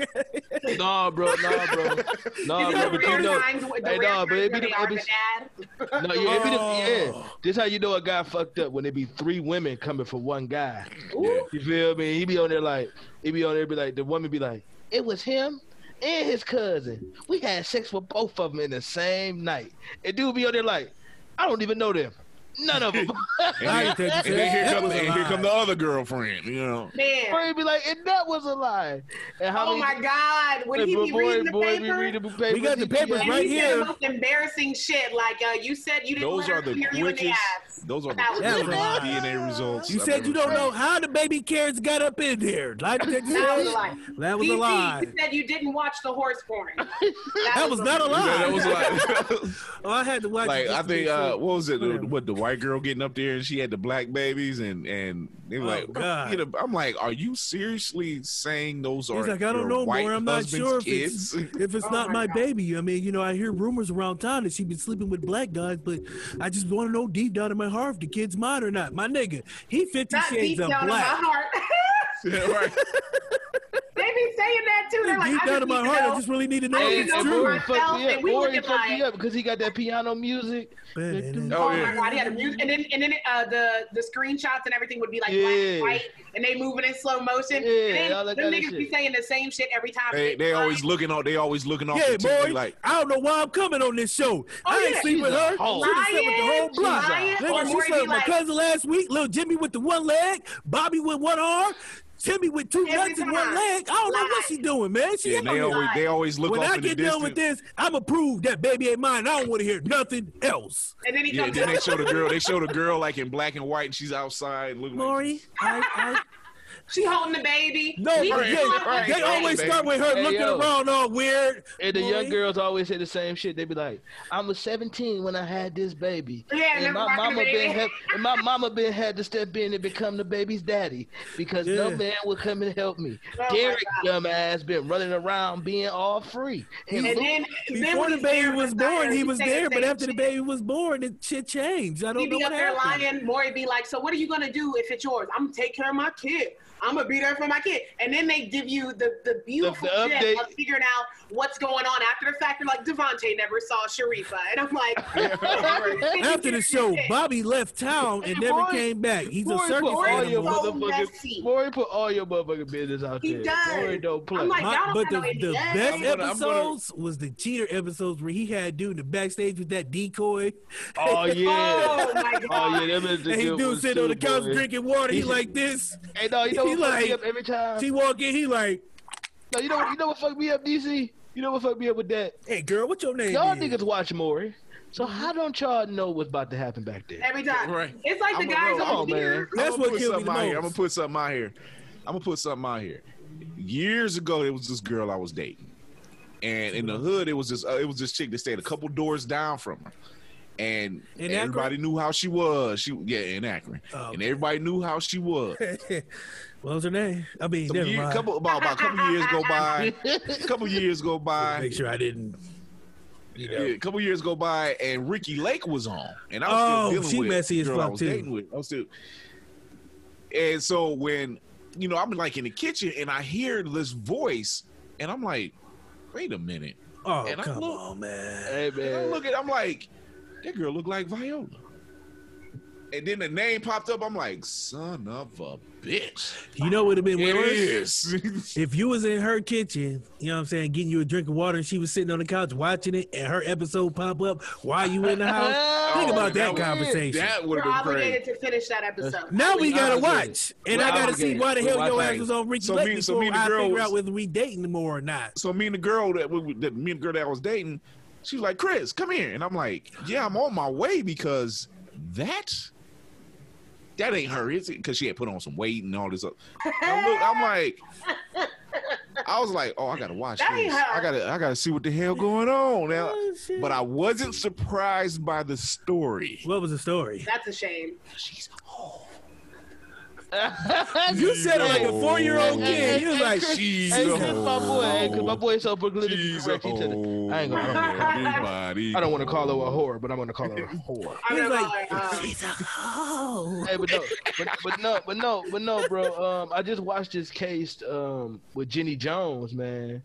Nah, bro, nah, bro, nah, Is bro. it the But you rare know, times where- the Hey, rare nah, but times it be the- where they it are be- the dad? no, yeah, it be the, yeah. Oh. This how you know a guy fucked up when it be three women coming for one guy. Ooh. You feel me? He be on there like he be on there be like the woman be like, it was him and his cousin. We had sex with both of them in the same night. And dude be on there like, I don't even know them. None of them. and then, and then here, That come, was a and here lie. come the other girlfriend. You know, Man. Maury be like, and that was a lie. And how Oh many- my God! Would he Boy, be reading the boy, paper? Be reading the papers. We got the He be papers like, and right he here. said the most embarrassing shit. Like uh, you said, you didn't those let her are the clear you in the quickest. ass. Those are the That was That was quickest a lie. DNA results. You I've said you ever don't know how the baby carrots got up in there. Like, that That was a lie. That was DT, a lie. You said you didn't watch the horse porn. That, That was not a seen. Yeah, that lie. was like, Oh, I had to watch. like it I just to think make uh, sure. what was it? The, Whatever. what the white girl getting up there and she had the black babies and and they were Oh, like, God. you know, I'm like, are you seriously saying those are? He's like, I your don't know white more. I'm not husband's sure if kids? it's if it's Oh not my, my God. baby. I mean, you know, I hear rumors around town that she been sleeping with black guys, but I just want to know deep down in my heart if the kid's mine or not. My nigga, he Fifty Not deep Shades of down in my Black. heart. Yeah, right. they be saying that too. They're like, deep I down just in my need to heart, know. I just really need to know I if need And, it's to know and for true. Maury myself, fucked me and up. we Maury looking fucked me like- up because he got that piano music. Ba-da-da. Oh, Oh, yeah. my god, he had a music, and then and then uh, the the screenshots and everything would be like black Yeah. and white, and they moving in slow motion. Yeah, and all then that them kinda niggas be shit. saying the same shit every time. They they always looking off. They always looking off. Yeah, the TV, boy. like I don't know why I'm coming on this show. I ain't Oh, yeah, sleep she's with a her. She hoe. done slept with the whole Lying, block. lying, or Nigga, she more slept be with my like- cousin last week. Little Jimmy with the one leg, Bobby with one arm, Timmy with two Every legs and one time. leg. I don't know what she Lies. doing, man. She yeah. out They here. always they always look when off I in the get done with distance. this, I'ma prove that baby ain't mine. I don't want to hear nothing else. and then he Yeah, comes then up. they show the girl. They show the girl like in black and white, and she's outside looking. Maury, I, I, She holding the baby. no, We but can they, come up with right, they right, always baby. start with her Hey, looking yo. around all weird. And the young Maury, girls always say the same shit. They be like, "I was 17 when I had this baby, Yeah, and never my rocking a mama baby. been had, and my mama been had to step in and become the baby's daddy because no Yeah. man would come and help me. Oh my Derek, God. dumbass, been running around being all free. And And then, then Before when the he's baby there was beside her, born, he he's was saying there, but same after the shit. baby was born, it shit changed. I He'd don't know be up what there happened. lying. Maury be like, "So what are you gonna do if it's yours? I'm gonna take care of my kid. I'm gonna be there for my kid." And then they give you the the beautiful The- the shit update. of figuring out what's going on after the fact. They're like, "Devonte never saw Sharifa," and I'm like, After the show, Bobby left town and never Maury- came back. He's a Maury circus put all your animal. So motherfucking messy. Maury put all your motherfucking business out He there. does. Maury don't play. I'm like, My- Y'all don't but got the, no idea. the I'm best gonna- I'm gonna- episodes was the cheater episodes where he had dude in the backstage with that decoy. oh yeah, Oh my god! oh yeah, that was the And he good dude ones sitting on too, the couch boy. drinking water. He He- like this. Hey, no, you know He what fucked me like- up every time. She walk in. He like No, you know what? You know what fucked me up, DC? You know what fucked me up with that? Hey, girl, what your name? Y'all is? niggas watch Maury. So Mm-hmm. how don't y'all know what's about to happen back there? Every time. Right. It's like I'm the a- guys no, oh, on man. here. That's I'ma what put killed me the something out here. most. I'm gonna put something out here. I'm gonna put something out here. Years ago, there was this girl I was dating, and in the hood, it was this uh, it was this chick that stayed a couple doors down from her, and In Akron? everybody knew how she was. She yeah, in Akron, Oh, and everybody knew how she was. what was her name? I mean, Some never year- mind. couple about, about a couple years go by, a couple years go by, Make sure I didn't. You know. yeah, a couple years go by, and Ricky Lake was on, and I Oh, was still dealing she with messy as the girl I fuck, was too. dating with. I was still, and so when you know I'm like in the kitchen and I hear this voice, and I'm like, wait a minute, Oh, and I come look- on, man. Hey and I man. look at I'm like, that girl look like Viola. And then the name popped up. I'm like, son of a bitch. You know what would have been It worse? is. If you was in her kitchen, you know what I'm saying, getting you a drink of water and she was sitting on the couch watching it and her episode pop up while you in the house. Think Oh, about that, that was- conversation. that would We're have been crazy. obligated to finish that episode. now we gotta obligated. watch. And We're I gotta see obligated. why the We're hell your watching. ass was on Ricky So Lake me- so before me and the I girl figure was- out whether we dating more or not. so me and the girl that, we- that me and the girl that I was dating, she was like, "Chris, come here," and I'm like, "Yeah, I'm on my way because that that ain't her, is it? Because she had put on some weight and all this up." I'm, look, I'm like, I was like, "Oh, I gotta watch That ain't this. her. I gotta, I gotta see what the hell going on now." Oh, shit. But I wasn't surprised by the story. What was the story? That's a shame. You said it like a four year old kid. You was like, Chris, she's hey, a Chris, my boy, hey, Chris, my hoe. boy is so politically She's a correct. He said it. hoe. I ain't gonna- Everybody I don't want to call her a whore, but I'm gonna call her a whore. I'm He was gonna like- call her, um, hey, but no, but, but no, but no, but no, bro. Um, I just watched this case um with Jenny Jones, man.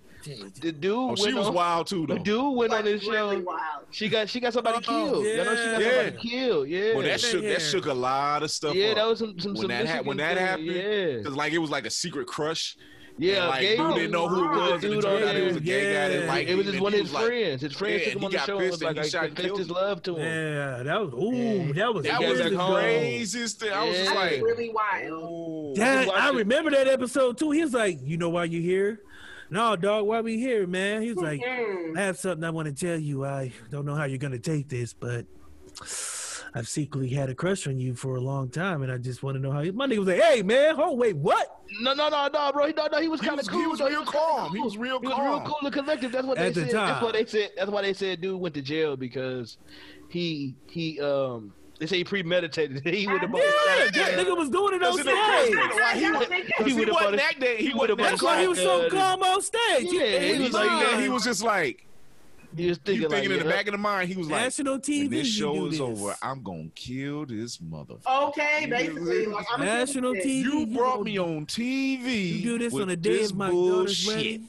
The dude, Oh, went she was on, wild too, The though. dude went on like, this really show. wild. She got she got somebody Oh, killed. You know, she got yeah. somebody killed. Yeah. Well, that shook Yeah. that shook a lot of stuff. yeah, up. that was some some, some when that, ha- Michigan when that thing, happened, Yeah. because like it was like a secret crush. Yeah, and, like gay dude dude. didn't know who it Oh, was. and dude it turned on out it was a gay there. guy Yeah. that liked it was him, just and one of he his was like- friends. His friends Yeah, took and him he on the got show and pissed was and like, he I shot and confessed killed his him. love to him. Yeah, that was ooh, Yeah. that was That He was got years the back home. ago. craziest thing. I was Yeah. just That's like, really wild. oh. That, watch I it. remember that episode too. He was like, "You know why you here? No, dog, why we here, man?" He was like, Mm. "I have something I want to tell you. I don't know how you're gonna take this, but I've secretly had a crush on you for a long time, and I just want to know how." You... My nigga was like, "Hey, man, hold wait, what?" No, no, no, no, bro. He, no, no, he was He kind was, of he cool. was though. real calm. He was real He was real calm. cool and collected. That's what At they the said. That's time. what they said. That's why they said dude went to jail because he he um they say he premeditated. He would have Yeah, that nigga was doing it on That's an stage. impressive- Why he was- He He, he would've wasn't bought that day. He would've wasn't that That's why he was so Yeah, calm on stage. He- Yeah, he he was was like lying. Yeah, he was just like He was you thinking, like, thinking in the yeah, back of the mind. He was like, national TV. when this you show do is this. over, I'm gonna kill this motherfucker. Okay, basically. Like, I'm gonna National do this. TV. You brought gonna me on TV. You do this with on the day this of my daughter's bullshit.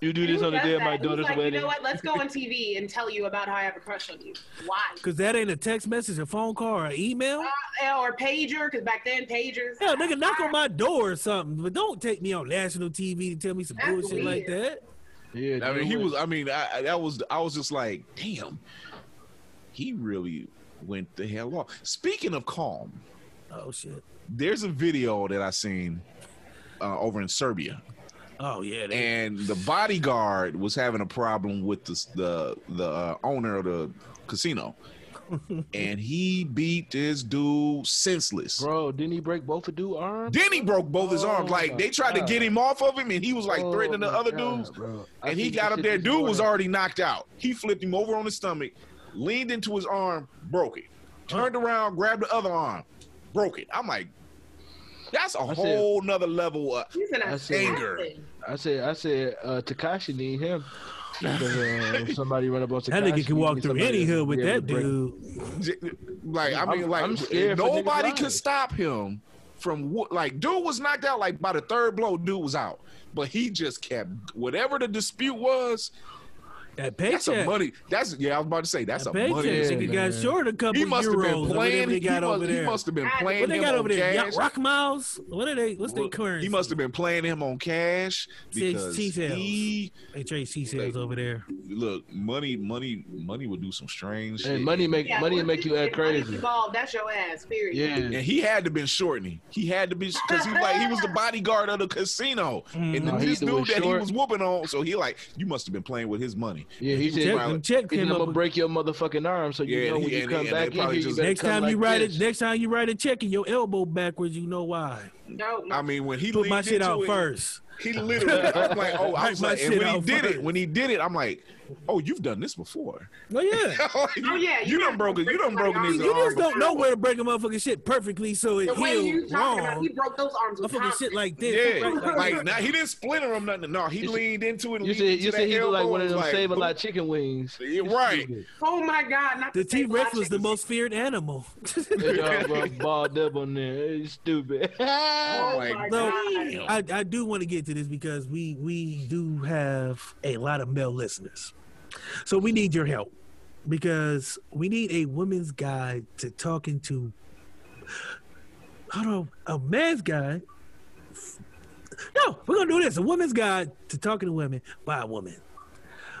You do Who this on the does day of that? my Who's daughter's like, wedding. You know what? Let's go on TV and tell you about how I have a crush on you. Why? Cause that ain't a text message, a phone call, or an email. Uh, or pager, because back then pagers. Yeah, Ah, nigga, knock on my door or something, but don't take me on national TV to tell me some That's bullshit like weird. that. Yeah, I mean, he dude, was. I mean, I, I- that was. I was just like, damn. He really went the hell off. Speaking of calm, Oh shit. there's a video that I seen uh, over in Serbia, Oh yeah. They, and the bodyguard was having a problem with the the, the uh, owner of the casino, and he beat this dude senseless. Bro, didn't he break both of dude arms? Then he broke both his Oh arms. my Like they tried God. to get him off of him, and he was like Oh threatening the my other God, dudes. bro. I And he seen this got up shit there. this Dude was morning. already knocked out. He flipped him over on his stomach, leaned into his arm, broke it. Turned around, grabbed the other arm, broke it. I'm like, that's a said- whole nother level. Of, He's an That's it. assassin. I said, I said, uh, Takashi need him. Because, uh, if somebody run up on Takashi. that nigga can walk need through somebody any to hood with be able that to break- dude. like I mean, I'm- like I'm scared for niggas' nobody could lives. stop him from what. Like dude was knocked out. Like by the third blow, dude was out. But he just kept whatever the dispute was. That That's a paycheck. money. That's yeah. I was about to say that's that a money. paycheck. He ticket. got short a couple He must have euros. or been playing. whatever He, They got must, over he there. must have been What playing What they him got on over there? cash. Yacht- Rock miles. What are they? What's their currency? He must have been playing him on cash Six because T-tails. he They trade C sales They- over there. look money, money, money would do some strange shit. And money make Yeah, money once make you act get money crazy. Involved, that's your ass. Period. Yeah. And he had to been shortening. He had to be because he was like he was the bodyguard of the casino, Mm-hmm. and Nah, he this either dude was that he short- was whooping on. So he like you must have been playing with his money. Yeah, he Check- said, Check, probably- them check "I'm came up gonna with- break your motherfucking arm, so you Yeah, know and when he- you and- come and they back in probably here, you just- better Next come time like you write this. it, next time you write a check and your elbow backwards, you know why. No, I mean, when he Put my leaned shit into out it, first. He literally, I'm like, oh, I Write was my like, and shit when he out did it, first. when he did it, I'm like, oh, you've done this before. Oh yeah. Oh, yeah, you, you done got- broken, you done broken his You arm. just don't before. know where to break a motherfucking shit perfectly, so it the way you healed talking about, he wrong. broke those arms Motherfucking with shit confidence. like this. Yeah, Right, like now he didn't splinter him nothing. No, he You said- leaned into it. You leaned said into you that said he looked like elbow, one of them like, save a boom. lot chicken wings. Yeah, right. Oh my God! Not The to say T Rex was the logic. most feared animal. Y'all balled up on there. It's stupid. Oh Oh my my No, God! I, I do want to get to this because we we do have a lot of male listeners, so we need your help because we need a woman's guide to talking to. Hold on, a man's guide. No, we're gonna do this. A woman's guide to talking to women by a woman,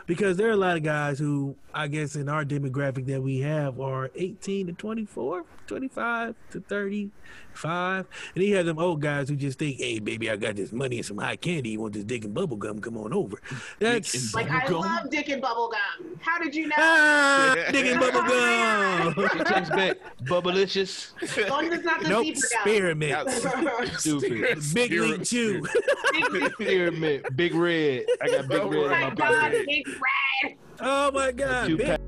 because there are a lot of guys who I guess in our demographic that we have are 18 to 24, 25 to 30, five. And then you have them old guys who just think, hey, baby, I got this money and some hot candy. You want this dick and bubble gum? Come on over. That's Like I love dick and bubble gum. How did you know? ah, dick and bubble gum. He text back, bubblicious. As long as it's not the nope, zebra spearmint. gum. Stupid. Big league chew. Pyramid. Big red. I got big Oh red in my my pocket. God! Big red. oh my god. Two Big- pack-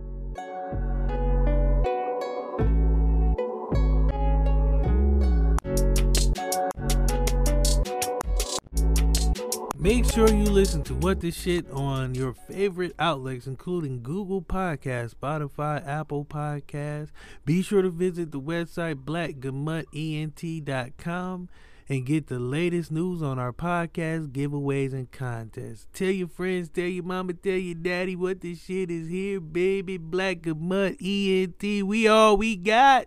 Make sure you listen to What the Shit on your favorite outlets, including Google Podcasts, Spotify, Apple Podcasts. Be sure to visit the website blackgamuttent.com and get the latest news on our podcasts, giveaways, and contests. Tell your friends, tell your mama, tell your daddy what the shit is here, baby. Black Gamut ENT. We all we got.